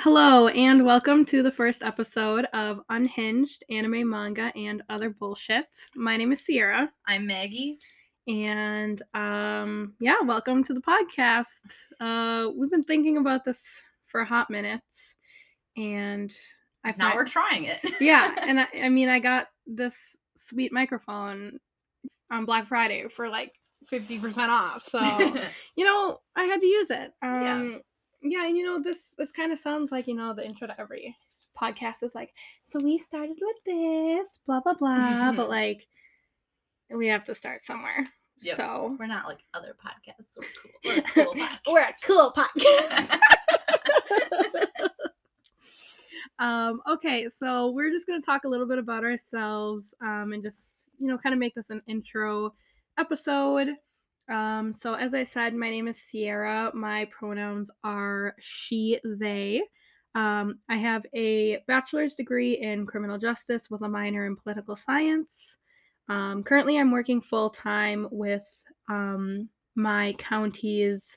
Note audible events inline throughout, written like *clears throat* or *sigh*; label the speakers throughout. Speaker 1: Hello, and welcome to the first episode of Unhinged Anime, Manga, and Other Bullshit. My name is Sierra,
Speaker 2: I'm Maggie.
Speaker 1: and um, yeah, welcome to the podcast. Uh, we've been thinking about this for a hot minute, and I
Speaker 2: Now
Speaker 1: fin-
Speaker 2: we're trying it. *laughs*
Speaker 1: yeah, and I, I mean, I got this sweet microphone on Black Friday for like 50% off,
Speaker 2: *laughs*
Speaker 1: so *laughs* you know, I had to use it.
Speaker 2: Yeah.
Speaker 1: Um, yeah. and you know, this this kind of sounds like you know the intro to every podcast is like, so we started with this, blah blah blah,
Speaker 2: Mm-hmm.
Speaker 1: but like, we have to start somewhere.
Speaker 2: Yep.
Speaker 1: So
Speaker 2: we're not like other podcasts. We're cool. We're a cool podcast.
Speaker 1: *laughs* we're a cool podcast. *laughs* um, okay, so we're just gonna talk a little bit about ourselves, um, and just you know, kind of make this an intro episode. Um, so as I said, my name is Sierra. My pronouns are she, they. Um, I have a bachelor's degree in criminal justice with a minor in political science. Um, currently, I'm working full time with um, my county's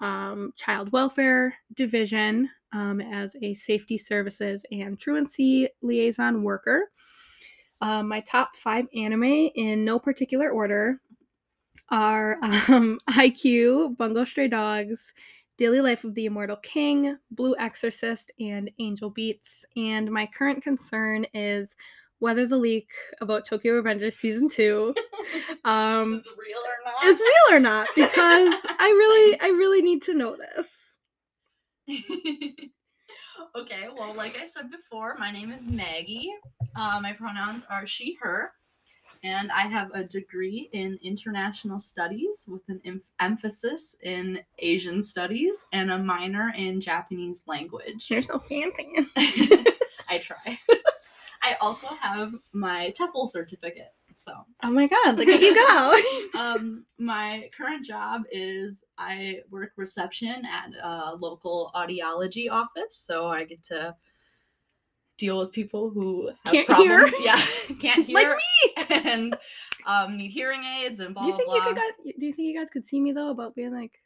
Speaker 1: um, child welfare division um, as a safety services and truancy liaison worker. Um, my top five anime in no particular order are *laughs* um, IQ, Bungo Stray Dogs, Daily Life of the Immortal King, Blue Exorcist, and Angel Beats. And my current concern is whether the leak about Tokyo Revengers season two um,
Speaker 2: *laughs* Is it real or not?
Speaker 1: is real or not because I really I really need to know this.
Speaker 2: *laughs*
Speaker 1: *laughs*
Speaker 2: okay, well, like I said before, my name is Maggie. Uh, my pronouns are she, her, and I have a degree in international studies with an em- emphasis in Asian studies and a minor in Japanese language. *laughs*
Speaker 1: You're so fancy.
Speaker 2: I try. *laughs* I also have my TEFL certificate. So,
Speaker 1: Oh my god, look at you go.
Speaker 2: um, my current job is I work reception at a local audiology office, so I get to deal with people who have
Speaker 1: Can't hear.
Speaker 2: problems. *laughs* Yeah, can't
Speaker 1: Like
Speaker 2: hear. Like me, *laughs* and um, need hearing aids and blah
Speaker 1: do you think
Speaker 2: blah.
Speaker 1: you could
Speaker 2: blah.
Speaker 1: guys, do you think you guys could see me though about being like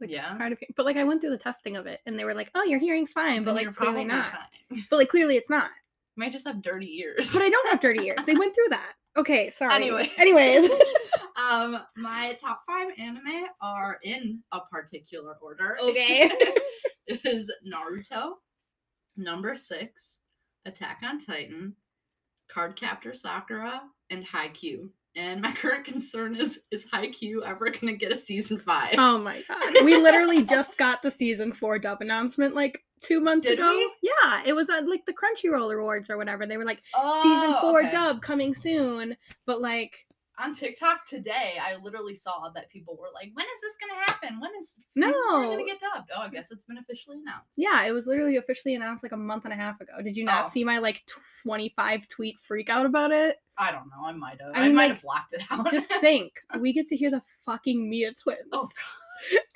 Speaker 1: like
Speaker 2: Yeah.
Speaker 1: part of it? But like I went through the testing of it and they were like, "Oh, your hearing's fine," but
Speaker 2: Then
Speaker 1: like
Speaker 2: you're
Speaker 1: clearly
Speaker 2: probably
Speaker 1: not.
Speaker 2: fine.
Speaker 1: But like clearly it's not.
Speaker 2: Might just have dirty ears.
Speaker 1: But I don't have dirty ears. They went through that. Okay, sorry.
Speaker 2: Anyway.
Speaker 1: Anyways.
Speaker 2: *laughs* um, my top five anime are in a particular order.
Speaker 1: Okay.
Speaker 2: *laughs* is Naruto, number six, Attack on Titan, Cardcaptor Sakura, and Haikyuu. And my *laughs* current concern is is Haikyuu ever gonna get a season five?
Speaker 1: *laughs* Oh my god. We literally just got the season four dub announcement like two months
Speaker 2: Did
Speaker 1: ago.
Speaker 2: we?
Speaker 1: Yeah. It was at like the Crunchyroll Awards or whatever. They were like season four
Speaker 2: Oh, okay.
Speaker 1: dub coming soon. But like
Speaker 2: On TikTok today, I literally saw that people were like, "When is this gonna happen? When is season four
Speaker 1: No.
Speaker 2: gonna get dubbed?" Oh, I guess it's been officially announced.
Speaker 1: yeah, it was literally officially announced like a month and a half ago. Did you not
Speaker 2: Oh.
Speaker 1: see my like 25 tweet freak out about it?
Speaker 2: I don't know. I might have.
Speaker 1: I
Speaker 2: I,
Speaker 1: mean,
Speaker 2: might
Speaker 1: like,
Speaker 2: have blocked it out. *laughs*
Speaker 1: Just think, we get to hear the fucking Mia twins
Speaker 2: oh,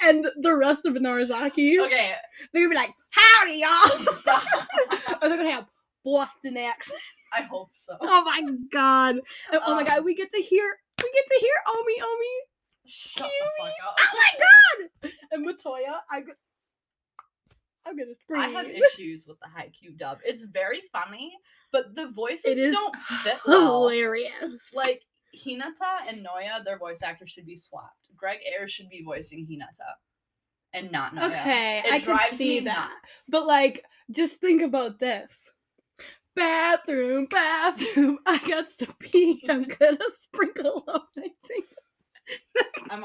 Speaker 1: and the rest of Narazaki.
Speaker 2: God. okay. *laughs*
Speaker 1: They're gonna be like, howdy y'all!
Speaker 2: Stop.
Speaker 1: *laughs* or they're gonna have Boston
Speaker 2: *laughs*
Speaker 1: accent.
Speaker 2: I hope
Speaker 1: *laughs*
Speaker 2: so.
Speaker 1: Oh my god. And, oh my god,
Speaker 2: Um.
Speaker 1: we get to hear we get to hear Omi Omi
Speaker 2: Shut the
Speaker 1: Kiwi.
Speaker 2: fuck up.
Speaker 1: Oh *laughs* my god! And Matoya, I go- I'm gonna scream. *laughs*
Speaker 2: I have issues with the Haikyuu dub. It's very funny, but the voices don't
Speaker 1: *laughs*
Speaker 2: fit well.
Speaker 1: hilarious.
Speaker 2: Like Hinata and Noya, their voice actors should be swapped. Greg Ayers should be voicing Hinata, and not Noya.
Speaker 1: okay,
Speaker 2: it
Speaker 1: I
Speaker 2: drives
Speaker 1: can see
Speaker 2: me
Speaker 1: that.
Speaker 2: nuts.
Speaker 1: But like, just think about this. Bathroom, bathroom. *laughs* I got to pee. I'm gonna sprinkle on my thing.
Speaker 2: I'm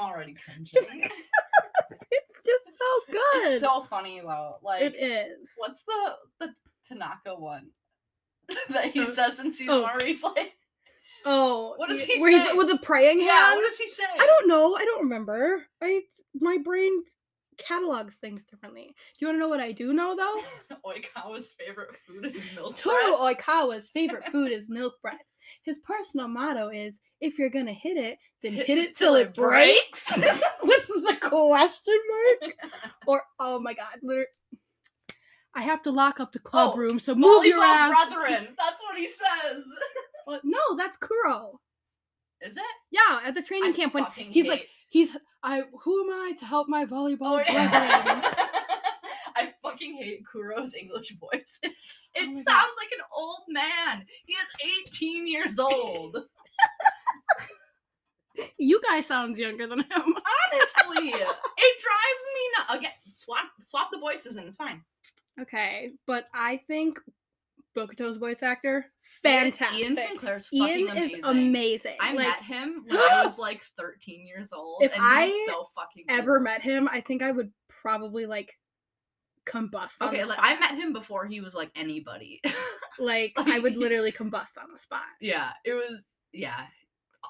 Speaker 1: *laughs*
Speaker 2: already cringing.
Speaker 1: It's just so good.
Speaker 2: it's so funny though. Like,
Speaker 1: it is.
Speaker 2: what's the the Tanaka one *laughs* that he
Speaker 1: Oh.
Speaker 2: says in season
Speaker 1: Oh.
Speaker 2: one? Where he's like,
Speaker 1: oh,
Speaker 2: What does
Speaker 1: y-
Speaker 2: he
Speaker 1: where he's
Speaker 2: say?
Speaker 1: with the praying
Speaker 2: yeah,
Speaker 1: hands?
Speaker 2: what does he say?
Speaker 1: I don't know. I don't remember. I my brain catalogs things differently. Do you want to know what I do know though?
Speaker 2: Oikawa's favorite food is milk.
Speaker 1: Toru
Speaker 2: bread.
Speaker 1: Oikawa's favorite food is milk bread. His personal motto is if you're gonna hit it, then hit, it till it breaks. *laughs* With the question mark. Or oh my god, liter- I have to lock up the club
Speaker 2: Oh,
Speaker 1: room, so move your
Speaker 2: Volleyball
Speaker 1: ass.
Speaker 2: brethren. That's what he says.
Speaker 1: Well, no, that's Kuro.
Speaker 2: Is it?
Speaker 1: Yeah, at the training
Speaker 2: I
Speaker 1: camp when
Speaker 2: fucking
Speaker 1: he's like
Speaker 2: hate-
Speaker 1: he's I who am I to help my volleyball
Speaker 2: oh *laughs*
Speaker 1: brethren?
Speaker 2: yeah. I fucking fucking hate Kuro's English
Speaker 1: *laughs*
Speaker 2: voice. It's, it
Speaker 1: Oh my
Speaker 2: sounds
Speaker 1: God.
Speaker 2: like an old man. He is 18
Speaker 1: *laughs*
Speaker 2: years old.
Speaker 1: You guy sounds younger than him. *laughs*
Speaker 2: Honestly, it drives me nuts. Again, swap swap the voices and it's fine.
Speaker 1: Okay, but I think Bokuto's voice actor
Speaker 2: Ian-
Speaker 1: fantastic.
Speaker 2: Ian Sinclair's fucking
Speaker 1: Ian
Speaker 2: amazing.
Speaker 1: is amazing.
Speaker 2: I
Speaker 1: like, *gasps*
Speaker 2: met him when I was like 13 years old.
Speaker 1: If
Speaker 2: and he's
Speaker 1: I
Speaker 2: so fucking
Speaker 1: ever
Speaker 2: cool.
Speaker 1: met him, I think I would probably like combust. on
Speaker 2: Okay,
Speaker 1: the
Speaker 2: like
Speaker 1: spot.
Speaker 2: I met him before he was like anybody. *laughs*
Speaker 1: like I would literally combust on the spot.
Speaker 2: yeah, it was yeah.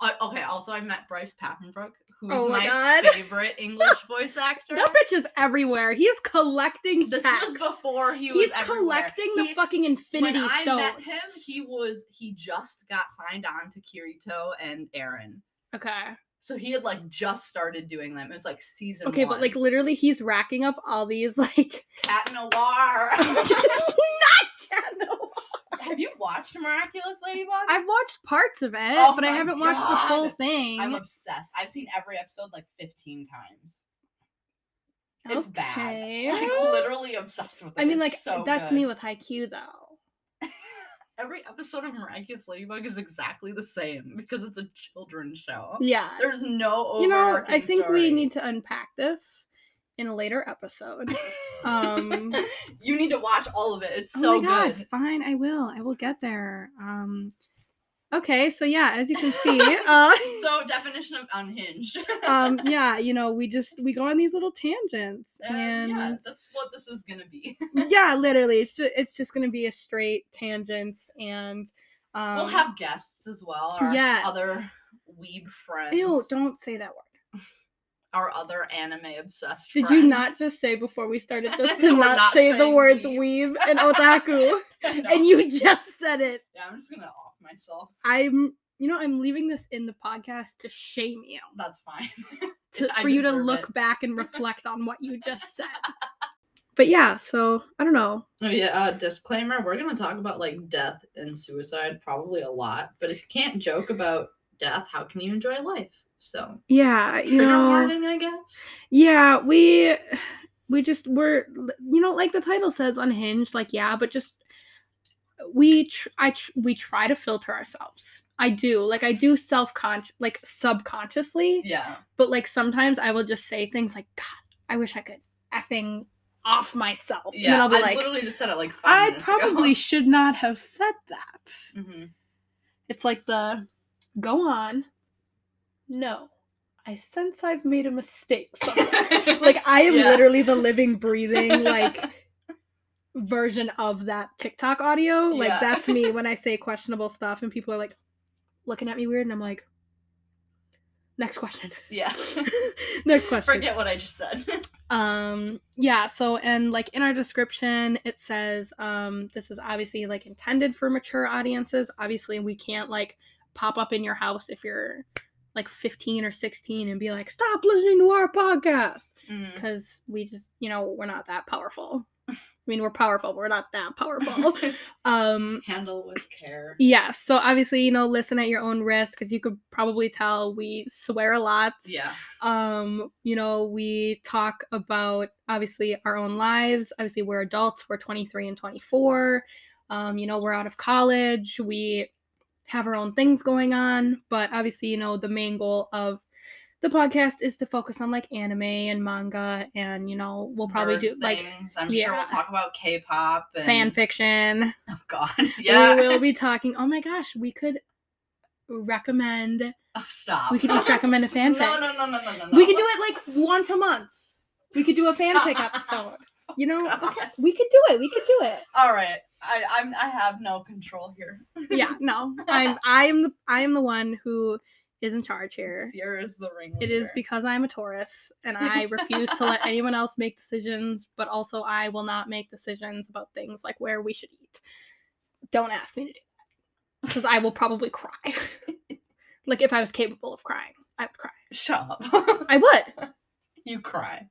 Speaker 2: Uh, okay, also I met Bryce Papenbrook, who's
Speaker 1: Oh my
Speaker 2: my,
Speaker 1: God. *laughs*
Speaker 2: favorite English voice actor.
Speaker 1: That bitch is everywhere. He is collecting
Speaker 2: this was
Speaker 1: checks.
Speaker 2: before he
Speaker 1: He's
Speaker 2: was everywhere.
Speaker 1: collecting the
Speaker 2: He-
Speaker 1: fucking infinity
Speaker 2: when I
Speaker 1: stone.
Speaker 2: met him, he was he just got signed on to Kirito and Aaron.
Speaker 1: okay.
Speaker 2: So he had like just started doing them. It was like season
Speaker 1: Okay,
Speaker 2: one.
Speaker 1: but like literally he's racking up all these *laughs*
Speaker 2: *laughs*
Speaker 1: like
Speaker 2: Cat
Speaker 1: *laughs*
Speaker 2: Noir.
Speaker 1: not
Speaker 2: Oh
Speaker 1: Cat Noir.
Speaker 2: Have you watched Miraculous Ladybug?
Speaker 1: I've watched parts of it,
Speaker 2: Oh
Speaker 1: but I
Speaker 2: my
Speaker 1: haven't watched the full
Speaker 2: God.
Speaker 1: thing.
Speaker 2: I'm obsessed. I've seen every episode like 15 times. It's bad. *laughs*
Speaker 1: okay.
Speaker 2: I'm literally obsessed with it.
Speaker 1: I mean, like
Speaker 2: It's so
Speaker 1: that's
Speaker 2: good.
Speaker 1: me with Haikyuu though.
Speaker 2: *laughs* Every episode of Miraculous Ladybug is exactly the same because it's a children's show.
Speaker 1: Yeah,
Speaker 2: There's no over.
Speaker 1: Mm. you know, I think we need to unpack this in a later
Speaker 2: *laughs*
Speaker 1: episode. Um,
Speaker 2: you need to watch all of it. It's
Speaker 1: oh
Speaker 2: so
Speaker 1: my god,
Speaker 2: good.
Speaker 1: fine, I will, I will get there. Um, okay, so yeah, as you
Speaker 2: *laughs*
Speaker 1: can see, uh, *laughs*
Speaker 2: So definition of unhinged. *laughs*
Speaker 1: um, yeah, you know, we just we go on these little tangents,
Speaker 2: Uh,
Speaker 1: and
Speaker 2: yeah, that's *laughs* what this is gonna be.
Speaker 1: yeah, literally, it's just it's just gonna be a straight tangents, and um,
Speaker 2: we'll have guests as well. Our
Speaker 1: yes.
Speaker 2: other weeb friends.
Speaker 1: ew, don't say that word.
Speaker 2: Our other anime obsessed.
Speaker 1: Did you
Speaker 2: friends. *laughs*
Speaker 1: not just say before we started this to
Speaker 2: We're
Speaker 1: not,
Speaker 2: not
Speaker 1: say the
Speaker 2: saying
Speaker 1: words weave
Speaker 2: *laughs* weeb.
Speaker 1: and otaku,
Speaker 2: No.
Speaker 1: and you *laughs* just said it?
Speaker 2: Yeah, I'm just gonna off myself.
Speaker 1: I'm, you know, I'm leaving this in the podcast to shame you,
Speaker 2: That's fine.
Speaker 1: to,
Speaker 2: I
Speaker 1: for you to
Speaker 2: deserve
Speaker 1: look
Speaker 2: it.
Speaker 1: back
Speaker 2: *laughs*
Speaker 1: and reflect on what you just said. But yeah, so I don't know.
Speaker 2: Oh, yeah, uh, disclaimer we're going to talk about like death and suicide probably a lot, but if you can't joke about death, how can you enjoy life? So,
Speaker 1: Yeah, you
Speaker 2: trigger
Speaker 1: know.
Speaker 2: warning, I guess.
Speaker 1: Yeah, we we just were you know like the title says unhinged like yeah, but just we tr- I tr- we try to filter ourselves. I do. Like I do self-conscious like subconsciously,
Speaker 2: Yeah.
Speaker 1: but like sometimes I will just say things like god, I wish I could effing off myself.
Speaker 2: Yeah.
Speaker 1: and then I'll be
Speaker 2: I
Speaker 1: like
Speaker 2: literally just said it like five
Speaker 1: I probably
Speaker 2: *laughs*
Speaker 1: should not have said that.
Speaker 2: hmm
Speaker 1: It's like the go on. No. I sense I've made a mistake
Speaker 2: *laughs*
Speaker 1: somewhere. *laughs*
Speaker 2: Mm-hmm.
Speaker 1: like I am
Speaker 2: Yeah.
Speaker 1: literally the living, breathing like version of that TikTok audio. Like
Speaker 2: Yeah.
Speaker 1: that's me
Speaker 2: *laughs*
Speaker 1: when I say questionable stuff, and people are like looking at me weird, and I'm like, next question, *laughs*
Speaker 2: yeah.
Speaker 1: next question.
Speaker 2: Forget what I just said. *laughs*
Speaker 1: Um, yeah. So, and like in our description, it says um, this is obviously like intended for mature audiences. Obviously, we can't like pop up in your house if you're like 15 or 16 and be like, stop listening to our podcast
Speaker 2: Mhm.
Speaker 1: because we just you know we're not that powerful i mean we're powerful but we're not that
Speaker 2: *laughs*
Speaker 1: powerful um
Speaker 2: *laughs* Handle with care.
Speaker 1: yeah so obviously you know listen at your own risk because you could probably tell we swear a lot
Speaker 2: Yeah.
Speaker 1: um you know we talk about obviously our own lives obviously we're adults we're 23 and 24 um you know we're out of college we have our own things going on but obviously you know the main goal of the podcast is to focus on like anime and manga and you know we'll probably
Speaker 2: Nerd
Speaker 1: do like
Speaker 2: things. I'm sure
Speaker 1: yeah.
Speaker 2: we'll talk about K-pop and
Speaker 1: fan fiction
Speaker 2: *laughs* Oh God, yeah.
Speaker 1: we will be talking oh my gosh we could recommend
Speaker 2: Oh, *laughs* stop.
Speaker 1: we could each recommend a fanfic
Speaker 2: *laughs* No, no, no, no, no, no.
Speaker 1: We
Speaker 2: no.
Speaker 1: could do it like once a month. We could do a fanfic
Speaker 2: Stop.
Speaker 1: episode. You
Speaker 2: *laughs*
Speaker 1: know,
Speaker 2: God.
Speaker 1: okay, we could do it. We could do it.
Speaker 2: All right, I I'm I have no control here.
Speaker 1: Yeah, no,
Speaker 2: *laughs*
Speaker 1: I'm I'm the I am the one who is in charge here.
Speaker 2: Sierra is the ring.
Speaker 1: It is because I'm a Taurus and
Speaker 2: *laughs*
Speaker 1: I refuse to let anyone else make decisions, but also I will not make decisions about things like where we should eat. Don't ask me to do that because I will probably
Speaker 2: *laughs*
Speaker 1: cry. like if I was capable of crying, I would cry.
Speaker 2: Shut up. *laughs*
Speaker 1: I would.
Speaker 2: you cry.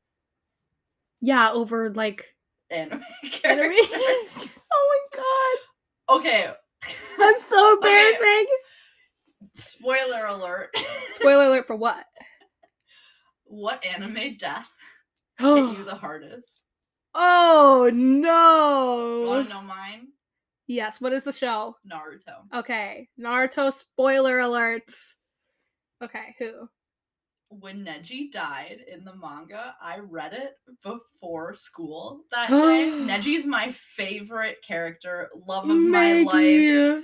Speaker 1: Yeah, over
Speaker 2: *laughs*
Speaker 1: like
Speaker 2: Anime.
Speaker 1: Anime? *laughs*
Speaker 2: characters.
Speaker 1: oh my god.
Speaker 2: okay.
Speaker 1: I'm so
Speaker 2: Okay.
Speaker 1: embarrassing.
Speaker 2: Spoiler alert.
Speaker 1: Spoiler alert for *gasps* what?
Speaker 2: what anime death hit you
Speaker 1: Oh,
Speaker 2: the hardest?
Speaker 1: Oh
Speaker 2: Want
Speaker 1: no!
Speaker 2: to know mine?
Speaker 1: Yes. What is the show?
Speaker 2: Naruto.
Speaker 1: Okay, Naruto. Spoiler alerts. Okay, who?
Speaker 2: When Neji died in the manga, I read it before school
Speaker 1: *gasps*
Speaker 2: that day. Neji's my favorite character, love of my life.
Speaker 1: Maggie.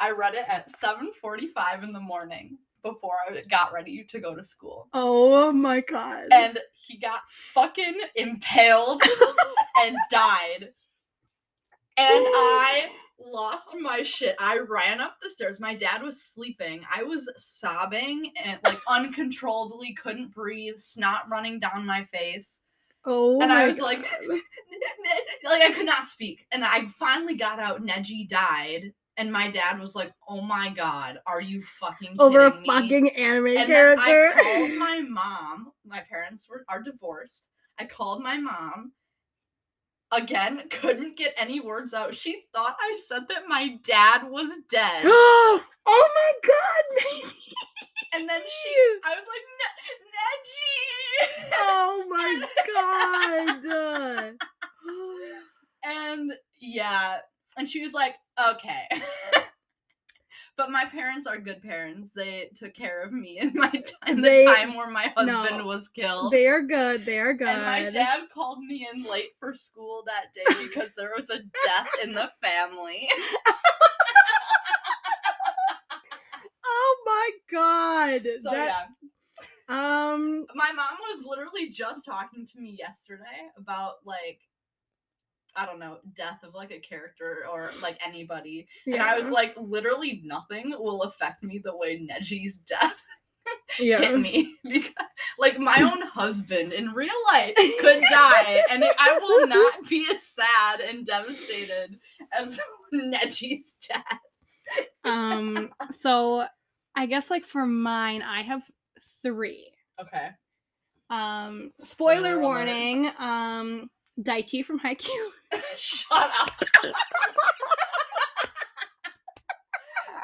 Speaker 2: I read it at 7:45 in the morning before I got ready to go to school.
Speaker 1: Oh my god.
Speaker 2: And he got fucking
Speaker 1: *laughs*
Speaker 2: impaled and died. And I lost my shit. I ran up the stairs. My dad was sleeping. I was sobbing and
Speaker 1: *laughs*
Speaker 2: like uncontrollably couldn't breathe, snot running down my face.
Speaker 1: oh.
Speaker 2: and I
Speaker 1: my *laughs*
Speaker 2: was like *laughs*
Speaker 1: God.
Speaker 2: like I could not speak. And I finally got out Neji died and my dad was like, "Oh my god, are you fucking
Speaker 1: over a
Speaker 2: kidding me?"
Speaker 1: fucking anime
Speaker 2: and then
Speaker 1: character. *laughs*
Speaker 2: I
Speaker 1: *gasps*
Speaker 2: called my mom. My parents were are divorced. I called my mom. Again, *laughs* couldn't get any words out. She thought I said that my dad was
Speaker 1: *gasps*
Speaker 2: dead.
Speaker 1: oh my god, *laughs* Maggie.
Speaker 2: And then she I was like, "Ne- Neji! *laughs*
Speaker 1: Oh my god.
Speaker 2: and yeah. And she was like, okay. *laughs* but my parents are good parents. They took care of me in my *laughs* t- in
Speaker 1: They-
Speaker 2: the time where my husband
Speaker 1: no.
Speaker 2: was killed.
Speaker 1: They are good. They are good.
Speaker 2: And my dad called me in late for school that day because there was a death
Speaker 1: *laughs*
Speaker 2: in the family. *laughs*
Speaker 1: oh my god.
Speaker 2: So
Speaker 1: that,
Speaker 2: yeah,
Speaker 1: Um.
Speaker 2: my mom was literally just talking to me yesterday about like I don't know, death of like a character or like anybody. And I was
Speaker 1: yeah,
Speaker 2: like, literally nothing will affect me the way Neji's death hit
Speaker 1: yeah.
Speaker 2: me. *laughs* Because like
Speaker 1: *laughs*
Speaker 2: my own husband in real life could die and I will not be as sad and devastated as *laughs* Neji's death. *laughs*
Speaker 1: um. So, I guess like for mine, I have three.
Speaker 2: Okay.
Speaker 1: Um. Spoiler
Speaker 2: Spoiler alert.
Speaker 1: warning. Um. Daichi from Haikyuu. *laughs*
Speaker 2: Shut up.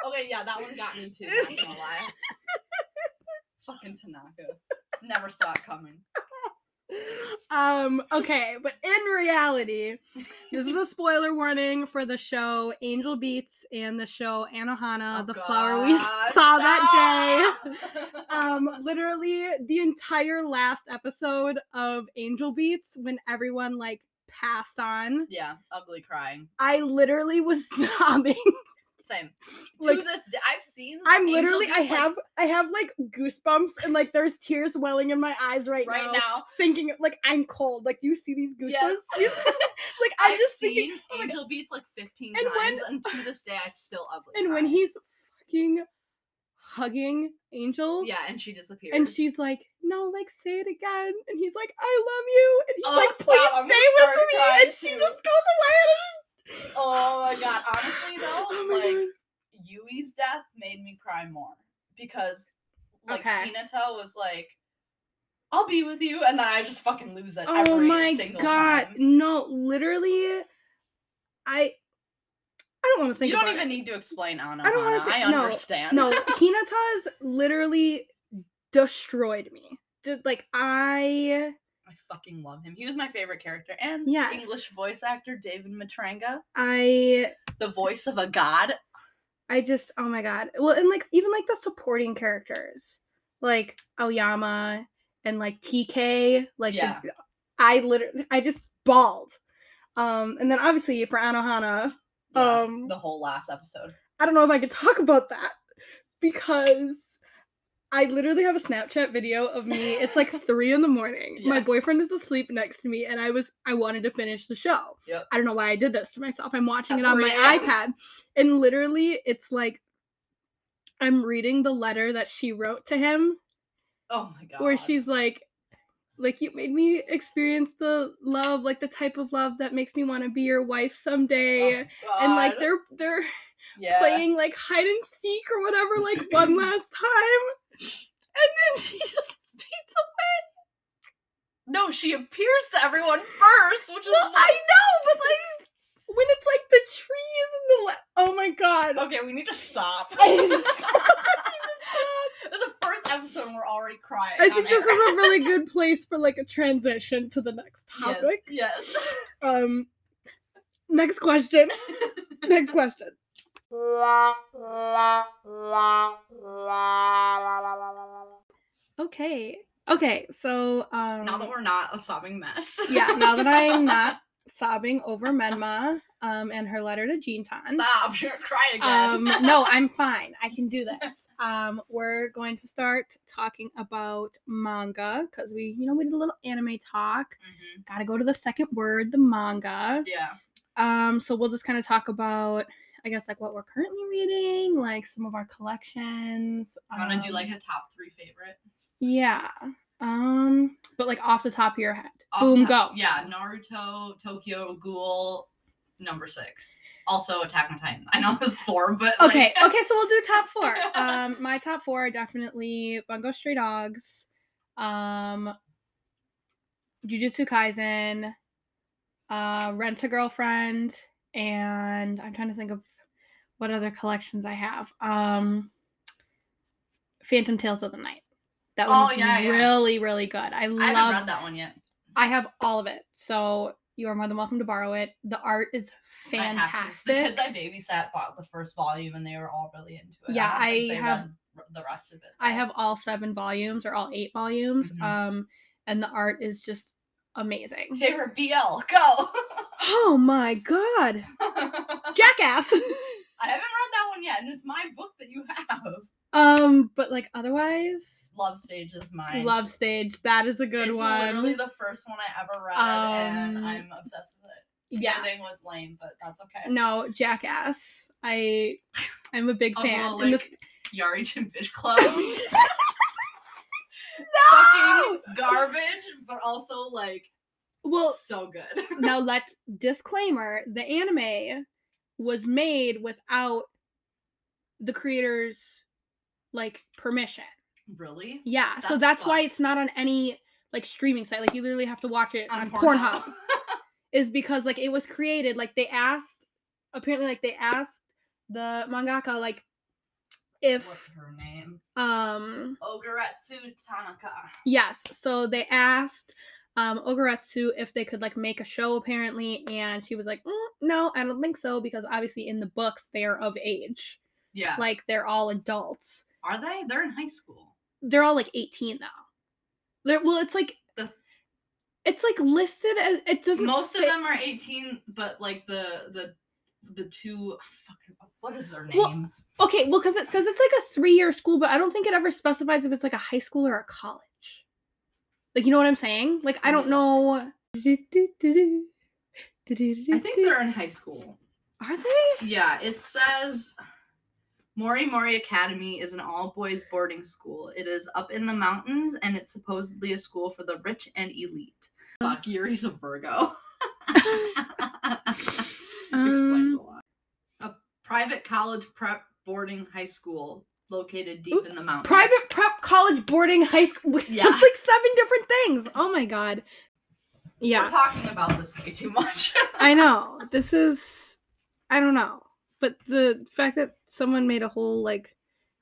Speaker 2: okay, yeah, that one got me too. Not
Speaker 1: *laughs*
Speaker 2: gonna lie. Fucking Tanaka. Never saw it coming.
Speaker 1: um okay but in reality this
Speaker 2: *laughs*
Speaker 1: is a spoiler warning for the show angel beats and the show anohana
Speaker 2: Oh,
Speaker 1: Uh, the flower we *laughs*
Speaker 2: God,
Speaker 1: saw that day
Speaker 2: stop!
Speaker 1: um literally the entire last episode of angel beats when everyone like passed on
Speaker 2: *laughs* yeah, ugly crying.
Speaker 1: i literally was *laughs* sobbing
Speaker 2: Same.
Speaker 1: Like-
Speaker 2: to this day, I've seen.
Speaker 1: i'm
Speaker 2: Angel
Speaker 1: literally i
Speaker 2: Beats, like,
Speaker 1: have i have like goosebumps and like there's tears welling in my eyes right,
Speaker 2: right
Speaker 1: now,
Speaker 2: now.
Speaker 1: thinking like i'm cold like do you see these goosebumps
Speaker 2: Yes.
Speaker 1: *laughs*
Speaker 2: *laughs*
Speaker 1: like i'm
Speaker 2: I've
Speaker 1: just
Speaker 2: seen
Speaker 1: thinking oh my
Speaker 2: Angel Beats like 15
Speaker 1: And when-
Speaker 2: times, and to this day, I still ugly.
Speaker 1: And when
Speaker 2: cry.
Speaker 1: he's fucking hugging Angel,
Speaker 2: yeah, and she disappears,
Speaker 1: and she's like, "No, like say it again," and he's like, "I love you," and he's
Speaker 2: Oh,
Speaker 1: like,
Speaker 2: stop,
Speaker 1: "Please
Speaker 2: I'm gonna
Speaker 1: stay with
Speaker 2: start
Speaker 1: me,"
Speaker 2: crying
Speaker 1: and she
Speaker 2: too.
Speaker 1: just goes away. And I'm just-
Speaker 2: Oh my god, honestly though,
Speaker 1: *laughs* Oh my
Speaker 2: like
Speaker 1: God.
Speaker 2: Yui's death made me cry more because like
Speaker 1: Okay.
Speaker 2: Hinata was like, "I'll be with you," and then I just fucking lose it.
Speaker 1: oh
Speaker 2: every
Speaker 1: my
Speaker 2: single
Speaker 1: god,
Speaker 2: time.
Speaker 1: no, literally, I, I don't want to think.
Speaker 2: you don't
Speaker 1: about
Speaker 2: even *laughs*
Speaker 1: it.
Speaker 2: need to explain Anna.
Speaker 1: I don't wanna
Speaker 2: Hana. I
Speaker 1: thi- no,
Speaker 2: understand.
Speaker 1: no, Hinata's literally destroyed me. Did like I?
Speaker 2: I fucking love him. He was my favorite character, and
Speaker 1: Yes.
Speaker 2: English voice actor David Matranga,
Speaker 1: I
Speaker 2: the voice of a god.
Speaker 1: I just oh my god. Well, and like even like the supporting characters, like Aoyama and like TK, like the-
Speaker 2: Yeah.
Speaker 1: I literally I just bawled. Um, and then obviously for Anohana,
Speaker 2: Yeah,
Speaker 1: um,
Speaker 2: the whole last episode.
Speaker 1: I don't know if I could talk about that because I literally have a Snapchat video of me. It's
Speaker 2: *laughs*
Speaker 1: like three in the morning. My
Speaker 2: Yeah.
Speaker 1: boyfriend is asleep next to me, and I was I wanted to finish the show.
Speaker 2: Yep.
Speaker 1: I don't know why I did this to myself. I'm watching
Speaker 2: At
Speaker 1: it on
Speaker 2: 3 a.m..
Speaker 1: my iPad, and literally it's like I'm reading the letter that she wrote to him,
Speaker 2: Oh my god.
Speaker 1: where she's like. Like you made me experience the love, like the type of love that makes me want to be your wife someday.
Speaker 2: Oh,
Speaker 1: and like
Speaker 2: God.
Speaker 1: they're they're
Speaker 2: yeah.
Speaker 1: playing like hide and seek or whatever, like one
Speaker 2: *laughs*
Speaker 1: last time. And then she *laughs* just fades away.
Speaker 2: No, she appears to everyone first, which is
Speaker 1: Well,
Speaker 2: why-
Speaker 1: I know, but like when it's like the trees and the la- oh my god.
Speaker 2: *laughs* Okay, we need to stop.
Speaker 1: I need to
Speaker 2: this is the first episode and we're already cry.
Speaker 1: I
Speaker 2: on
Speaker 1: think
Speaker 2: air.
Speaker 1: this is a
Speaker 2: *laughs*
Speaker 1: really good place for like a transition to the next topic.
Speaker 2: Yes.
Speaker 1: Um next
Speaker 2: *laughs*
Speaker 1: question.
Speaker 2: yes.
Speaker 1: Next question. Okay. Okay, so um
Speaker 2: now that we're not a sobbing mess.
Speaker 1: Yeah, now that I'm not sobbing over Menma um and her letter to Jean Tan.
Speaker 2: *laughs* Stop! You're crying *laughs*
Speaker 1: Um
Speaker 2: again.
Speaker 1: no,
Speaker 2: *laughs*
Speaker 1: I'm fine. I can do this. Um we're going to start talking about manga cuz we you know we did a little anime talk.
Speaker 2: Mhm.
Speaker 1: Got to go to the second word, the manga.
Speaker 2: Yeah.
Speaker 1: Um, so we'll just kind of talk about, I guess, like what we're currently reading, like some of our collections.
Speaker 2: I'm gonna do like
Speaker 1: um,
Speaker 2: a top three favorite.
Speaker 1: yeah. Um, but like off the top of your head,
Speaker 2: Off
Speaker 1: boom,
Speaker 2: the top-
Speaker 1: go.
Speaker 2: Yeah, Naruto, Tokyo Ghoul, number six. Also Attack on Titan. I know there's four, but like- *laughs*
Speaker 1: Okay, okay, so we'll do top four. Um, my top four are definitely Bungo Stray Dogs, um, Jujutsu Kaisen, uh, Rent a Girlfriend, and I'm trying to think of what other collections I have. Um, Phantom Tales of the Night. That
Speaker 2: Oh,
Speaker 1: one's
Speaker 2: yeah, yeah.
Speaker 1: really, really good. I
Speaker 2: I haven't
Speaker 1: love.
Speaker 2: read that one yet.
Speaker 1: I have all of it, so you are more than welcome to borrow it. The art is fantastic.
Speaker 2: I have to. The kids I babysat bought the first volume, and they were all really into it.
Speaker 1: Yeah,
Speaker 2: don't think
Speaker 1: I
Speaker 2: they
Speaker 1: have-
Speaker 2: read r- the rest of it.
Speaker 1: I
Speaker 2: though.
Speaker 1: have all seven volumes or all eight volumes.
Speaker 2: Mhm.
Speaker 1: Um, and the art is just amazing.
Speaker 2: favorite BL. Go. *laughs*
Speaker 1: Oh my god,
Speaker 2: I
Speaker 1: jackass! *laughs*
Speaker 2: haven't read that one yet, and it's my book that you have.
Speaker 1: um, but like otherwise,
Speaker 2: Love Stage is mine.
Speaker 1: Love Stage that is a good
Speaker 2: it's Literally
Speaker 1: one.
Speaker 2: the first one I ever read,
Speaker 1: Um,
Speaker 2: and I'm obsessed with it. The
Speaker 1: yeah,
Speaker 2: ending was lame, but that's okay.
Speaker 1: no, jackass. I I'm a big
Speaker 2: Also,
Speaker 1: fan.
Speaker 2: like *laughs*
Speaker 1: And the- *laughs*
Speaker 2: Yari Fish *laughs* Club. Fucking garbage, but also like
Speaker 1: well,
Speaker 2: so good.
Speaker 1: now let's disclaimer: the anime was made without the creators like permission.
Speaker 2: *laughs* really?
Speaker 1: Yeah, so
Speaker 2: That's
Speaker 1: that's why
Speaker 2: fucked.
Speaker 1: it's not on any like streaming site. Like you literally have to watch it on, Pornhub.
Speaker 2: Pornhub.
Speaker 1: Is because like it was created like they asked apparently like they asked the mangaka like
Speaker 2: What's
Speaker 1: if
Speaker 2: her name?
Speaker 1: um
Speaker 2: Oguretsu Tanaka.
Speaker 1: yes, so they asked um Oguretsu if they could like make a show apparently and she was like, "Mm, "No, I don't think so because obviously in the books they are of age.
Speaker 2: Yeah.
Speaker 1: Like they're all adults.
Speaker 2: Are they? They're in high school.
Speaker 1: they're all like 18 though. They're, well, it's like
Speaker 2: The-
Speaker 1: it's like listed as it doesn't.
Speaker 2: Most of
Speaker 1: say-
Speaker 2: them are 18, but like the the the two fuck, what is their
Speaker 1: Well,
Speaker 2: names?
Speaker 1: Okay, well, because it says it's like a three-year school, but I don't think it ever specifies if it's like a high school or a college. Like, you know what I'm saying? Like, I
Speaker 2: Let
Speaker 1: don't
Speaker 2: me
Speaker 1: know. I
Speaker 2: I think they're in high school.
Speaker 1: Are they?
Speaker 2: Yeah, it says Mori Mori Academy is an all boys boarding school. It is up in the mountains and it's supposedly a school for the rich and elite. Fuck, Yuri's a Virgo. *laughs*
Speaker 1: Um,
Speaker 2: Explains a lot. A private college prep boarding high school located deep
Speaker 1: Oop,
Speaker 2: in the mountains.
Speaker 1: Private prep, college, boarding, high *laughs* school.
Speaker 2: Yeah.
Speaker 1: That's like seven different things. Oh my god. Yeah.
Speaker 2: We're talking about this way too much. *laughs*
Speaker 1: I know. This is I don't know. But the fact that someone made a whole like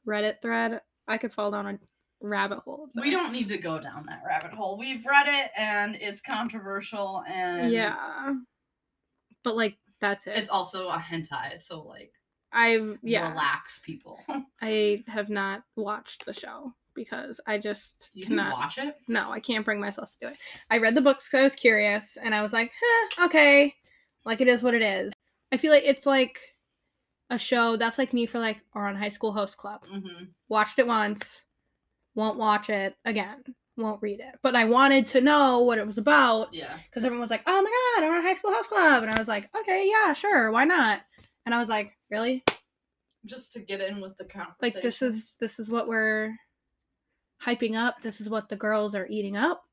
Speaker 1: Reddit thread, I could fall down a rabbit hole. of
Speaker 2: we don't
Speaker 1: this.
Speaker 2: need to go down that rabbit hole. We've read it and it's controversial and
Speaker 1: Yeah. But like that's it.
Speaker 2: it's also a hentai, so like
Speaker 1: I've yeah,
Speaker 2: relax
Speaker 1: *laughs*
Speaker 2: people.
Speaker 1: I have not watched the show because I just
Speaker 2: You can
Speaker 1: cannot
Speaker 2: watch it.
Speaker 1: no, I can't bring myself to do it. I read the books 'cause I was curious and I was like, eh, okay, like it is what it is. I feel like it's like a show that's like me for like or on high school host club.
Speaker 2: hmm
Speaker 1: watched it once, won't watch it again, won't read it. But I wanted to know what it was about
Speaker 2: Yeah.
Speaker 1: because everyone was like, "Oh my god, I'm on High School House Club," and I was like, "Okay, yeah, sure, why not?" And I was like, "Really?
Speaker 2: Just to get in with the conversation.
Speaker 1: Like this is this is what we're hyping up. This is what the girls are eating up.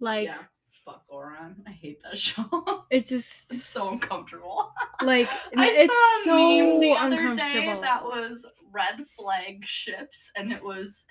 Speaker 1: Like
Speaker 2: yeah. Fuck Oran. I hate that *laughs* show.
Speaker 1: it just
Speaker 2: it's so uncomfortable. *laughs*
Speaker 1: like
Speaker 2: I
Speaker 1: it's
Speaker 2: saw a meme the
Speaker 1: so
Speaker 2: other day
Speaker 1: uncomfortable.
Speaker 2: that was red flag ships, and it was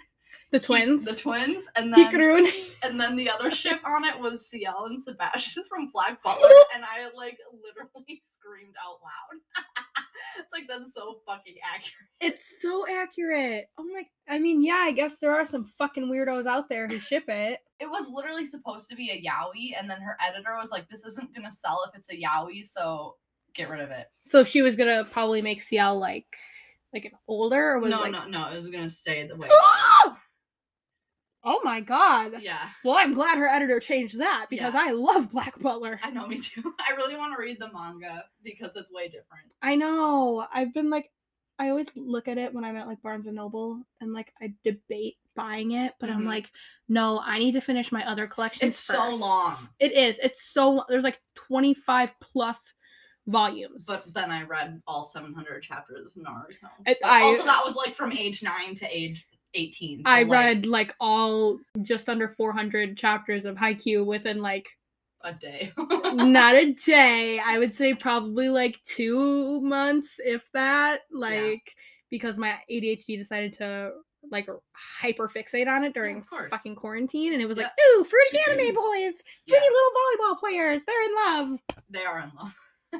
Speaker 1: the
Speaker 2: Ki-
Speaker 1: twins,
Speaker 2: the twins, and then
Speaker 1: Hikaru and
Speaker 2: and then the other ship on it was
Speaker 1: *laughs*
Speaker 2: CL *laughs* and Sebastian from Black Butler, and I like literally screamed out loud. *laughs* it's like that's so fucking accurate.
Speaker 1: *laughs* It's so accurate. Oh my I mean, yeah, I guess there are some fucking weirdos out there who ship it.
Speaker 2: It was literally supposed to be a yaoi, and then her editor was like, "This isn't gonna sell if it's a yaoi, so get rid of it."
Speaker 1: So she was gonna probably make CL like like an older or was it,
Speaker 2: No,
Speaker 1: like
Speaker 2: no, no. It was gonna stay *laughs* the way. it was.
Speaker 1: Oh! *gasps* Oh my god.
Speaker 2: yeah,
Speaker 1: Well, I'm glad her editor changed that because I love Black Butler.
Speaker 2: I know. Me too. *laughs* I really want to read the manga because it's way different.
Speaker 1: I know. I've been like, I always look at it when I'm at like Barnes and Noble and like I debate buying it, but I'm
Speaker 2: Mhm.
Speaker 1: like, no, I need to finish my other collection.
Speaker 2: It's so
Speaker 1: first."
Speaker 2: long,
Speaker 1: It is. It's so lo- there's like 25 plus volumes.
Speaker 2: but then I read all 700 chapters of Naruto.
Speaker 1: It-
Speaker 2: But
Speaker 1: I-
Speaker 2: also, that was like from age nine to age 18. so,
Speaker 1: I
Speaker 2: like,
Speaker 1: read like all just under 400 chapters of Haikyuu within like
Speaker 2: a day. *laughs*
Speaker 1: not a day. I would say probably like two months, if that. Like because my ADHD decided to like hyper fixate on it during
Speaker 2: of course.
Speaker 1: fucking quarantine, and it was like,
Speaker 2: Yep.
Speaker 1: ooh, fruity anime boys,
Speaker 2: Yeah,
Speaker 1: pretty little volleyball players, they're in love, *laughs*
Speaker 2: they are in love.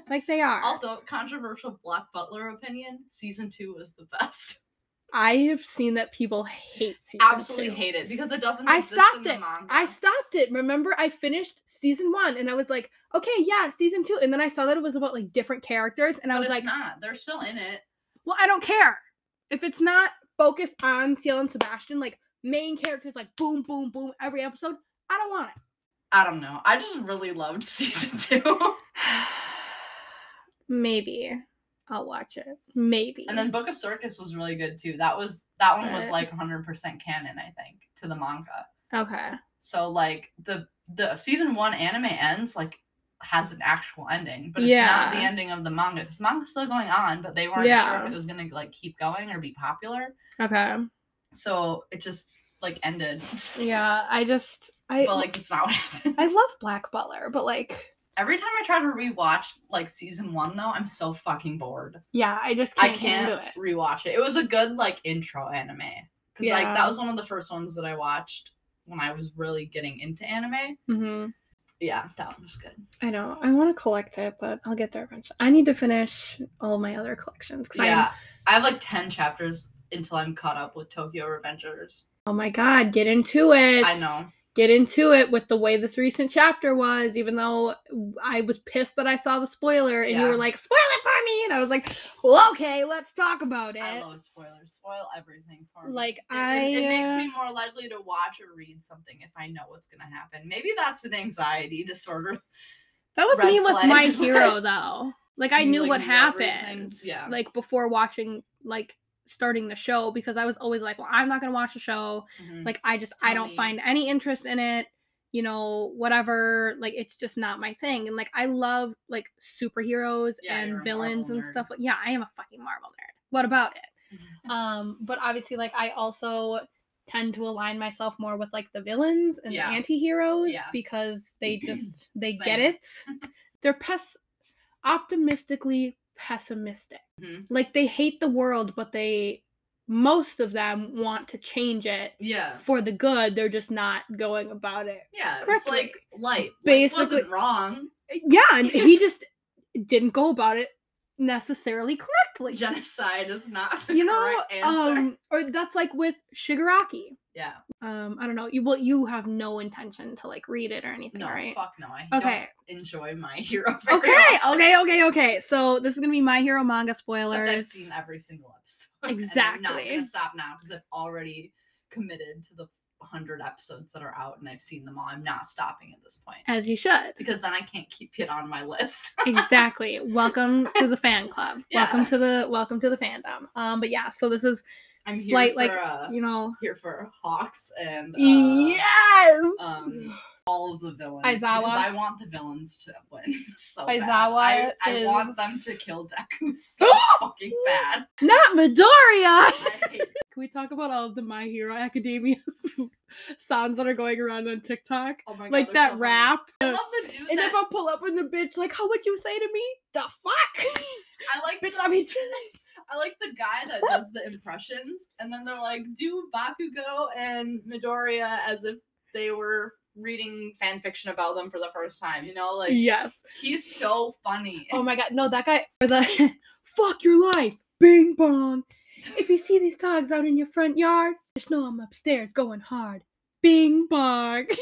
Speaker 1: like they are.
Speaker 2: Also, controversial Black Butler opinion. Season two was the best.
Speaker 1: I have seen that people hate season
Speaker 2: Absolutely
Speaker 1: two.
Speaker 2: hate it because it doesn't.
Speaker 1: I
Speaker 2: exist
Speaker 1: stopped
Speaker 2: in the
Speaker 1: it.
Speaker 2: manga.
Speaker 1: I stopped it. Remember, I finished season one, and I was like, okay, yeah, season two, and then I saw that it was about like different characters, and
Speaker 2: But
Speaker 1: I was
Speaker 2: it's
Speaker 1: like,
Speaker 2: not. They're still in it.
Speaker 1: Well, I don't care. If it's not focused on Ciel and Sebastian, like main characters, like boom, boom, boom, every episode, I don't want
Speaker 2: I don't know. I just really loved *laughs* season two.
Speaker 1: it. *sighs*
Speaker 2: *sighs*
Speaker 1: Maybe I'll watch it. Maybe.
Speaker 2: and then Book of Circus was really good too. That was that one was
Speaker 1: Right.
Speaker 2: like 100 percent canon, I think, to the manga.
Speaker 1: okay.
Speaker 2: So like the the season one anime ends like has an actual ending, but it's not the
Speaker 1: Yeah.
Speaker 2: ending of the manga because manga's still going on, but they weren't sure
Speaker 1: Yeah.
Speaker 2: if it was gonna like keep going or be popular.
Speaker 1: Okay.
Speaker 2: So it just like ended.
Speaker 1: Yeah, I just I
Speaker 2: but like it's not what happened.
Speaker 1: I love Black Butler, but like
Speaker 2: Every time I try to rewatch like season one though, I'm so fucking bored.
Speaker 1: yeah, I just
Speaker 2: I
Speaker 1: can't, do
Speaker 2: can't
Speaker 1: it.
Speaker 2: rewatch it. It was a good like intro anime because like
Speaker 1: Yeah.
Speaker 2: that was one of the first ones that I watched when I was really getting into anime.
Speaker 1: hmm
Speaker 2: Yeah, that one was good.
Speaker 1: I know. I want to collect it, but I'll get there eventually. I need to finish all my other collections because I'm
Speaker 2: Yeah, I have like ten chapters until I'm caught up with Tokyo Revengers.
Speaker 1: oh my god, get into it.
Speaker 2: I know.
Speaker 1: get into it with the way this recent chapter was, even though I was pissed that I saw the spoiler and you
Speaker 2: Yeah.
Speaker 1: were like, spoil it for me. And I was like, well, okay, let's talk about it.
Speaker 2: I love spoilers. Spoil everything for me.
Speaker 1: Like,
Speaker 2: It- it, it, makes
Speaker 1: I, uh,
Speaker 2: me more likely to watch or read something if I know what's gonna happen. Maybe that's an anxiety *laughs* disorder.
Speaker 1: that was
Speaker 2: Red
Speaker 1: me with
Speaker 2: *laughs*
Speaker 1: my
Speaker 2: flag.
Speaker 1: hero, though. Like, I
Speaker 2: You,
Speaker 1: knew
Speaker 2: like,
Speaker 1: what
Speaker 2: knew everything.
Speaker 1: happened.
Speaker 2: Yeah.
Speaker 1: Like, before watching, like, starting the show, because I was always like, well, I'm not going to watch the show.
Speaker 2: Mhm.
Speaker 1: Like, I just,
Speaker 2: Just tell
Speaker 1: I don't
Speaker 2: me.
Speaker 1: find any interest in it. You know, whatever, like it's just not my thing. And like I love like superheroes
Speaker 2: Yeah, you're
Speaker 1: and
Speaker 2: a
Speaker 1: villains
Speaker 2: Marvel
Speaker 1: and
Speaker 2: nerd. Mm-hmm.
Speaker 1: stuff like yeah, I am a fucking Marvel nerd. What about it? um but obviously like i also tend to align myself more with like the villains and
Speaker 2: Yeah.
Speaker 1: the anti-heroes
Speaker 2: Yeah.
Speaker 1: because
Speaker 2: *clears throat*
Speaker 1: they just they get
Speaker 2: Same.
Speaker 1: it
Speaker 2: *laughs*
Speaker 1: they're pess optimistically pessimistic
Speaker 2: Mhm.
Speaker 1: like they hate the world but they most of them want to change it
Speaker 2: yeah.
Speaker 1: for the good they're just not going about it
Speaker 2: Yeah, it's
Speaker 1: Correctly.
Speaker 2: like light. Like,
Speaker 1: Basically-
Speaker 2: wasn't wrong.
Speaker 1: yeah and
Speaker 2: *laughs*
Speaker 1: he just didn't go about it necessarily correctly
Speaker 2: Genocide is not the
Speaker 1: you know
Speaker 2: correct answer.
Speaker 1: um or that's like with shigaraki
Speaker 2: yeah.
Speaker 1: um i don't know you well you have no intention to like read it or anything
Speaker 2: No,
Speaker 1: right
Speaker 2: fuck no. I
Speaker 1: Okay.
Speaker 2: don't enjoy my *laughs* hero. very
Speaker 1: okay
Speaker 2: often,
Speaker 1: okay okay okay so this is gonna be my hero manga
Speaker 2: Except I've
Speaker 1: spoilers
Speaker 2: seen every single episode. *laughs* And I'm not
Speaker 1: Exactly.
Speaker 2: gonna stop now because I've already committed to the hundred episodes that are out, and I've seen them all. I'm not stopping at this point
Speaker 1: as you should
Speaker 2: because then I can't keep it on my list. *laughs*
Speaker 1: exactly welcome to the fan club
Speaker 2: Yeah.
Speaker 1: welcome to the welcome to the fandom um but yeah so this is
Speaker 2: I'm here
Speaker 1: Slight,
Speaker 2: for
Speaker 1: like,
Speaker 2: uh,
Speaker 1: you know
Speaker 2: here for Hawks and uh,
Speaker 1: yes
Speaker 2: um, all of the villains.
Speaker 1: Aizawa.
Speaker 2: Because I want the villains to win *laughs* so bad.
Speaker 1: Aizawa
Speaker 2: I, I want them
Speaker 1: is-
Speaker 2: to kill
Speaker 1: *gasps*
Speaker 2: Deku so fucking bad.
Speaker 1: not midoriya
Speaker 2: I hate
Speaker 1: *laughs* can we talk about all of the my hero academia *laughs* sounds that are going around on tiktok
Speaker 2: oh my God,
Speaker 1: like
Speaker 2: they're
Speaker 1: that
Speaker 2: so funny.
Speaker 1: rap
Speaker 2: I
Speaker 1: and
Speaker 2: love the dude
Speaker 1: if
Speaker 2: that
Speaker 1: i pull up in the bitch like how would you say to me the fuck
Speaker 2: I like
Speaker 1: bitch
Speaker 2: the,
Speaker 1: i mean
Speaker 2: *laughs* I like the guy that does the impressions and then they're like do Bakugo and Midoriya as if they were reading fan fiction about them for the first time, you know? *laughs* Like
Speaker 1: yes
Speaker 2: he's so funny.
Speaker 1: Oh my god, no, that guy or the *laughs* fuck your life, bing bong. If you see these dogs out in your front yard, just know I'm upstairs going hard, bing bong. *laughs*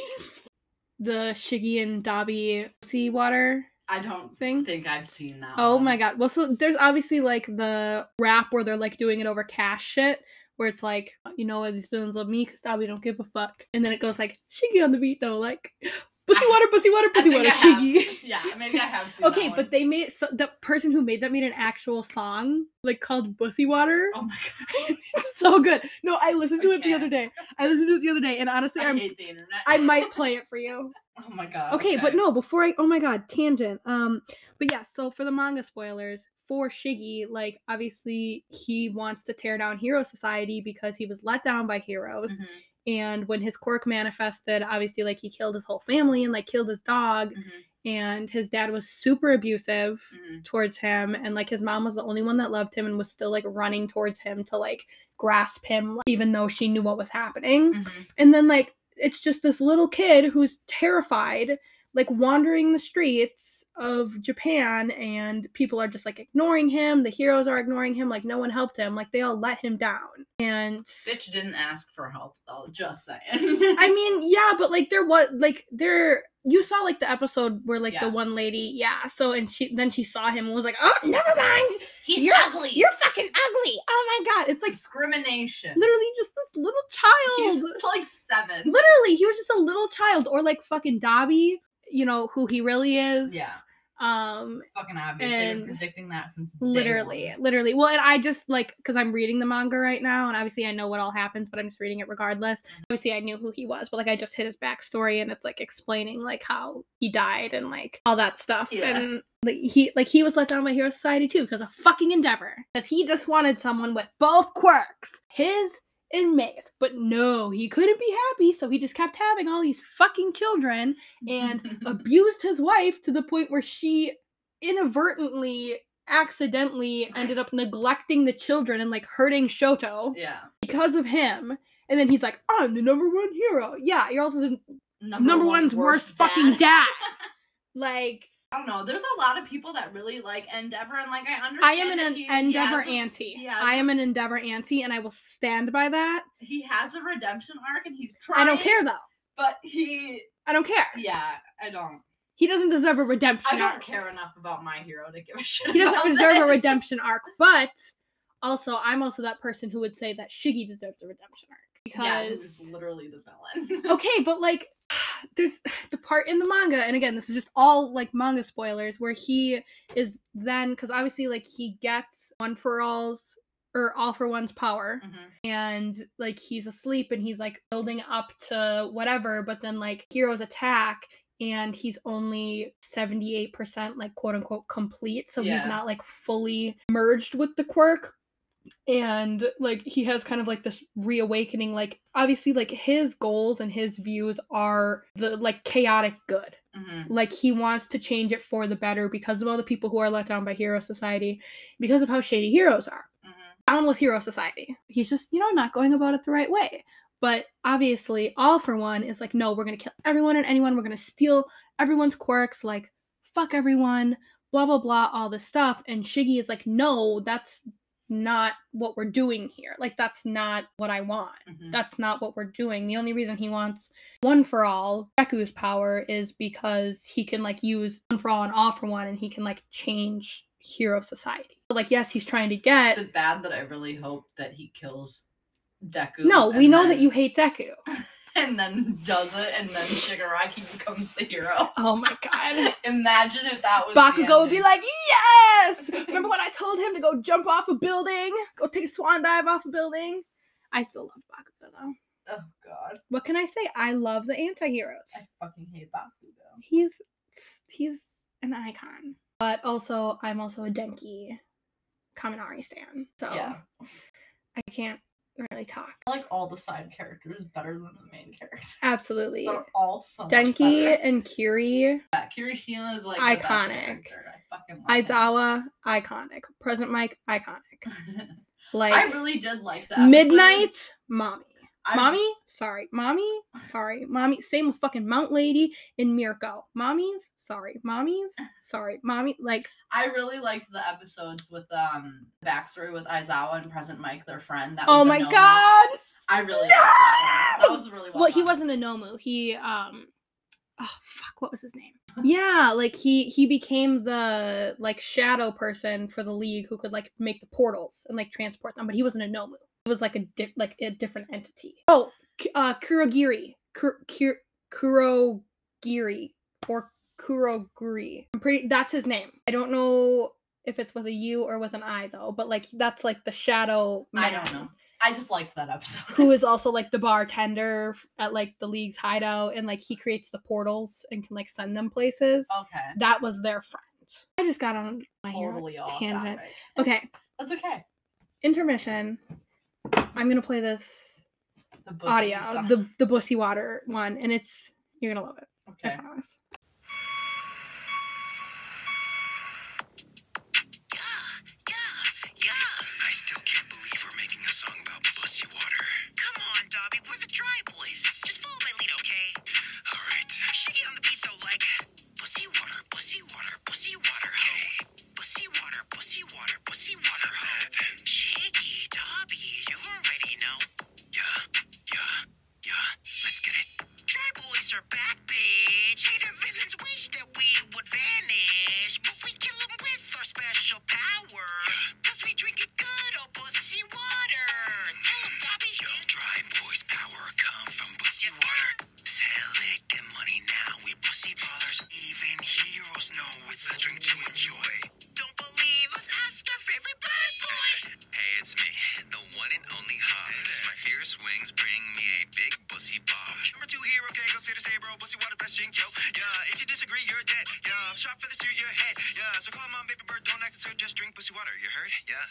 Speaker 1: the Shiggy and Dobby sea water
Speaker 2: I don't
Speaker 1: thing.
Speaker 2: think I've seen that.
Speaker 1: Oh
Speaker 2: one.
Speaker 1: my god. Well, so there's obviously like the rap where they're like doing it over cash shit, where it's like, you know what, these villains love me because Dobby don't give a fuck. And then it goes like, Shiggy on the beat though, like, *laughs* pussy
Speaker 2: I-
Speaker 1: water, pussy water,
Speaker 2: I
Speaker 1: pussy
Speaker 2: think
Speaker 1: water,
Speaker 2: I
Speaker 1: Shiggy. *laughs*
Speaker 2: have. *laughs* Yeah, maybe I have seen.
Speaker 1: Okay,
Speaker 2: that one.
Speaker 1: but they made so the person who made that made an actual song like called Bussy Water.
Speaker 2: Oh my god!
Speaker 1: It's *laughs* so good. No, I listened to it the
Speaker 2: Okay.
Speaker 1: other day. I listened to it the other day, and honestly,
Speaker 2: I
Speaker 1: I'm
Speaker 2: hate the internet.
Speaker 1: I might play it for you.
Speaker 2: *laughs* Oh my god.
Speaker 1: Okay, but no, before I oh my god, tangent. Um, but yeah, so for the manga spoilers for Shiggy, like obviously he wants to tear down Hero Society because he was let down by heroes,
Speaker 2: Mhm,
Speaker 1: and when his quirk manifested, obviously like he killed his whole family and like killed his dog,
Speaker 2: mhm,
Speaker 1: and his dad was super abusive
Speaker 2: mhm.
Speaker 1: towards him and like his mom was the only one that loved him and was still like running towards him to like grasp him like, even though she knew what was happening
Speaker 2: Mhm.
Speaker 1: and then like it's just this little kid who's terrified like wandering the streets of Japan and people are just like ignoring him the heroes are ignoring him like no one helped him like they all let him down and
Speaker 2: Bitch didn't ask for help though. Just saying.
Speaker 1: *laughs* I mean, yeah, but like there was like there you saw like the episode where like the
Speaker 2: Yeah.
Speaker 1: one lady, yeah. So and she then she saw him and was like, "Oh, never mind.
Speaker 2: He's
Speaker 1: you're-
Speaker 2: ugly.
Speaker 1: You're fucking ugly. Oh my god. It's like
Speaker 2: discrimination.
Speaker 1: literally just this little child.
Speaker 2: He's like seven.
Speaker 1: literally, he was just a little child or like fucking Dobby, you know, who he really is.
Speaker 2: Yeah.
Speaker 1: Um
Speaker 2: Fucking obvious. They've
Speaker 1: And
Speaker 2: been predicting that since day
Speaker 1: literally,
Speaker 2: one.
Speaker 1: literally. Well, and I just like cuz I'm reading the manga right now and obviously I know what all happens, but I'm just reading it regardless. Obviously I knew who he was, but like I just hit his backstory and it's like explaining like how he died and like all that stuff.
Speaker 2: Yeah.
Speaker 1: And like he like he was let down by Hero Society too because of fucking Endeavor. Because he just wanted someone with both quirks. His and May's. But no, he couldn't be happy, so he just kept having all these fucking children and
Speaker 2: *laughs*
Speaker 1: abused his wife to the point where she inadvertently accidentally ended up neglecting the children and like hurting Shoto
Speaker 2: yeah.
Speaker 1: because of him. And then he's like, I'm the number one hero. Yeah, you're also the number, one's worst, fucking dad. *laughs* like,
Speaker 2: I don't know. There's a lot of people that really like Endeavor, and like I understand.
Speaker 1: I am an,
Speaker 2: that
Speaker 1: en-
Speaker 2: he- he
Speaker 1: Endeavor
Speaker 2: has a-
Speaker 1: anti.
Speaker 2: he has
Speaker 1: I
Speaker 2: a-
Speaker 1: am an Endeavor anti, and I will stand by that.
Speaker 2: He has a redemption arc, and he's trying.
Speaker 1: I don't care though.
Speaker 2: But he,
Speaker 1: I don't care.
Speaker 2: yeah, I don't.
Speaker 1: He doesn't deserve a redemption.
Speaker 2: I don't
Speaker 1: arc.
Speaker 2: care enough about my hero to give a shit.
Speaker 1: He
Speaker 2: *laughs*
Speaker 1: doesn't
Speaker 2: about
Speaker 1: deserve a
Speaker 2: this.
Speaker 1: redemption arc, but also I'm also that person who would say that Shiggy deserves a redemption arc
Speaker 2: Yeah, he's
Speaker 1: because Oh.
Speaker 2: literally the villain. *laughs*
Speaker 1: okay, but like *sighs* there's the part in the manga, and again, this is just all like manga spoilers where he is then because obviously like he gets one for all's or all for one's power
Speaker 2: Mhm.
Speaker 1: and like he's asleep and he's like building up to whatever but then like heroes attack and he's only 78% like quote unquote complete so he's
Speaker 2: Yeah.
Speaker 1: not like fully merged with the quirk and like he has kind of like this reawakening like obviously like his goals and his views are the like chaotic good
Speaker 2: Mhm.
Speaker 1: like he wants to change it for the better because of all the people who are let down by hero society because of how shady heroes are
Speaker 2: Mhm.
Speaker 1: down with Hero Society. He's just, you know, not going about it the right way. But obviously, all for one is like, no, we're gonna kill everyone and anyone. We're gonna steal everyone's quirks. Like, fuck everyone. Blah blah blah. All this stuff. And Shiggy is like, no, that's not what we're doing here. Like, that's not what I want.
Speaker 2: Mhm.
Speaker 1: That's not what we're doing. The only reason he wants one for all, Reku's power, is because he can like use one for all and all for one, and he can like change Hero Society. So, like, yes, he's trying to get
Speaker 2: Is it bad that I really hope that he kills Deku?
Speaker 1: No, we
Speaker 2: and
Speaker 1: know that
Speaker 2: then-
Speaker 1: you hate Deku.
Speaker 2: *laughs* And then does it, and then Shigaraki becomes
Speaker 1: *laughs*
Speaker 2: the hero.
Speaker 1: Oh my god.
Speaker 2: *laughs* Imagine if that was the
Speaker 1: Bakugo would be
Speaker 2: ending.
Speaker 1: like, yes! Remember when I
Speaker 2: *laughs*
Speaker 1: told him to go jump off a building? Go take a swan dive off a building? I still love Bakugo though.
Speaker 2: oh god,
Speaker 1: What can I say? I love the anti-heroes.
Speaker 2: I fucking hate Bakugo.
Speaker 1: He's he's an icon. But also I'm also a Denki Kaminari stan. So
Speaker 2: Yeah.
Speaker 1: I can't really talk.
Speaker 2: I like all the side characters better than the main character.
Speaker 1: Absolutely.
Speaker 2: They're all so much
Speaker 1: Denki
Speaker 2: better.
Speaker 1: and Kiri
Speaker 2: Yeah, Kirishima is like The best
Speaker 1: Iconic.
Speaker 2: character. I fucking love him.
Speaker 1: Aizawa, iconic.
Speaker 2: *laughs*
Speaker 1: Present Mike, iconic. Like
Speaker 2: I really did like that.
Speaker 1: Midnight Mommy.
Speaker 2: I-
Speaker 1: mommy, sorry. Mommy, sorry. Mommy, same with fucking Mount Lady and Mirko. Mommies, sorry. Mommies, sorry. Mommy, like,
Speaker 2: I really liked the episodes with um backstory with Aizawa and Present Mike, their friend. That was
Speaker 1: oh
Speaker 2: a
Speaker 1: my
Speaker 2: no-no.
Speaker 1: god.
Speaker 2: I really liked that one. That was really well.
Speaker 1: Well, he
Speaker 2: done.
Speaker 1: wasn't a Nomu. He, um, oh fuck, what was his name? *laughs* yeah, like he he became the like shadow person for the league who could like make the portals and like transport them, but he wasn't a Nomu. He was like a di- like a different entity. Oh, K- uh, Kurogiri, Kur- Kur- Kurogiri, or Kuroguri. I'm pretty. That's his name. I don't know if it's with a U or with an I though, but like that's like the shadow.
Speaker 2: I
Speaker 1: man
Speaker 2: don't know. I just liked that episode.
Speaker 1: who is also like the bartender f- at like the league's hideout and like he creates the portals and can like send them places.
Speaker 2: *laughs* okay.
Speaker 1: That was their friend. I just got on my hair.
Speaker 2: Totally off
Speaker 1: tangent.
Speaker 2: topic.
Speaker 1: Okay,
Speaker 2: That's okay.
Speaker 1: intermission. I'm gonna play this
Speaker 2: The bussy
Speaker 1: audio,
Speaker 2: song.
Speaker 1: the the bussy water one, and it's you're gonna love it. I
Speaker 2: okay.
Speaker 1: *laughs*
Speaker 2: *laughs*
Speaker 1: promise.
Speaker 3: I still can't believe we're making a song about pussy water.
Speaker 4: Come on, Dobby, we're the Dry Boys. Just follow my lead, okay?
Speaker 3: All right.
Speaker 4: Shiggy on the beat though, like pussy water, pussy water, pussy water, ho. Pussy water, pussy water, pussy water, ho. Shiggy, Dobby, you already know.
Speaker 3: Yeah, yeah, yeah. Let's get it.
Speaker 4: Dry Boys are back, bitch. Hater villains wish that we would vanish, but we kill 'em with our special power. Cause we drink it good, oh pussy water. Tell 'em, Dobby.
Speaker 3: Yo, dry boys power come from pussy water. Sell it, get money now. We pussy ballers. Even heroes know it's a drink to enjoy.
Speaker 4: Don't believe us, ask our favorite bird boy.
Speaker 3: Hey, it's me, the one and only Hobbs. My fierce wings bring me a big pussy bomb. Number two hero goes here to say, bro, pussy water best drink, yo. Yeah, if you disagree, you're dead. Yeah, shot feathers to your head. Yeah, so call mom, baby bird, don't act absurd, just drink pussy water. You heard? Yeah.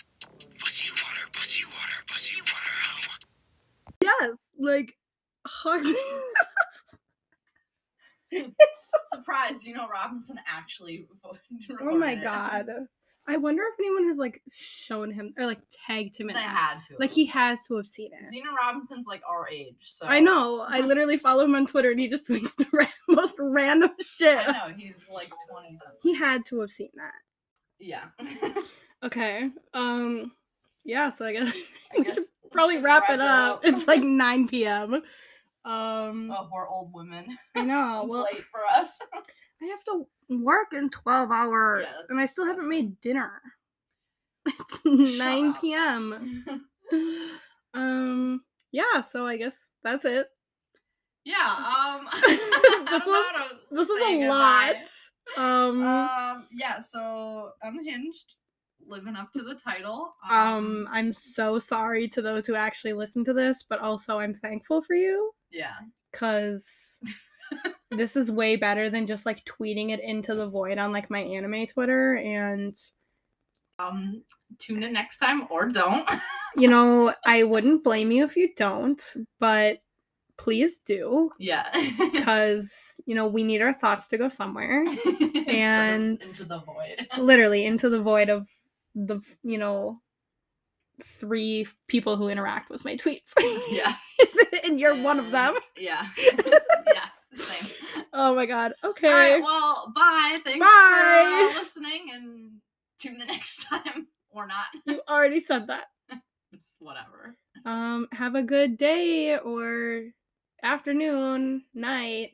Speaker 3: Pussy water, pussy water, pussy water. Oh.
Speaker 1: Yes, like hug.
Speaker 2: *laughs* Surprise, you know Robinson actually *laughs*
Speaker 1: oh my
Speaker 2: recorded it.
Speaker 1: god. I wonder if anyone has like shown him or like tagged him in
Speaker 2: They
Speaker 1: that.
Speaker 2: had to.
Speaker 1: Like he has to have seen it.
Speaker 2: Zena Robinson's like our age, so
Speaker 1: I know. I literally follow him on Twitter and he just *laughs* tweets the ra- most random shit.
Speaker 2: I know he's like twenty something.
Speaker 1: He had to have seen that.
Speaker 2: Yeah. *laughs*
Speaker 1: Okay. Um yeah, so I guess *laughs*
Speaker 2: I guess we
Speaker 1: probably
Speaker 2: should
Speaker 1: wrap, it up. It's *laughs* like 9 p.m. Um
Speaker 2: oh, we're old *laughs* women.
Speaker 1: I know.
Speaker 2: It's
Speaker 1: Well,
Speaker 2: late for us.
Speaker 1: I have to work in 12 hours
Speaker 2: that's
Speaker 1: and I still haven't
Speaker 2: disgusting.
Speaker 1: made dinner. *laughs* It's 9
Speaker 2: up.
Speaker 1: p.m. Um yeah, so I guess that's it.
Speaker 2: *laughs* yeah. Um. *laughs*
Speaker 1: *laughs* This was- This is a lot.
Speaker 2: lie.
Speaker 1: Um
Speaker 2: Um. Yeah. So unhinged, living up to the title.
Speaker 1: Um, I'm so sorry to those who actually listen to this, but also I'm thankful for you
Speaker 2: Yeah. *laughs*
Speaker 1: because this is way better than just like tweeting it into the void on like my anime Twitter. And
Speaker 2: Um. Tune in next time or don't. *laughs*
Speaker 1: you know, I wouldn't blame you if you don't, but please
Speaker 2: *laughs*
Speaker 1: do
Speaker 2: yeah.
Speaker 1: because you know, we need our thoughts to go somewhere
Speaker 2: Sort of
Speaker 1: And-
Speaker 2: into the void. *laughs*
Speaker 1: literally into the void of the you know, three people who interact with my tweets,
Speaker 2: Yeah.
Speaker 1: *laughs* and you're one of them.
Speaker 2: And- Yeah.
Speaker 1: *laughs*
Speaker 2: *laughs* yeah. Same.
Speaker 1: Oh my god,
Speaker 2: All
Speaker 1: okay.
Speaker 2: right. Well, bye. Thanks
Speaker 1: Bye.
Speaker 2: for uh, listening and tune in *laughs* next time or not.
Speaker 1: You already said that.
Speaker 2: It's whatever.
Speaker 1: Um, have a good day or afternoon, night,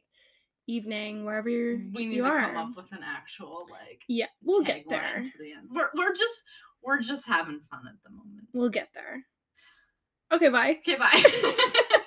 Speaker 1: evening, wherever you're,
Speaker 2: We need
Speaker 1: you
Speaker 2: to
Speaker 1: are.
Speaker 2: come up with an actual like
Speaker 1: yeah, we'll get
Speaker 2: tagline
Speaker 1: there.
Speaker 2: to the end. We're we're just we're just having fun at the moment.
Speaker 1: We'll get there. Okay, bye. *laughs*
Speaker 2: Okay, bye.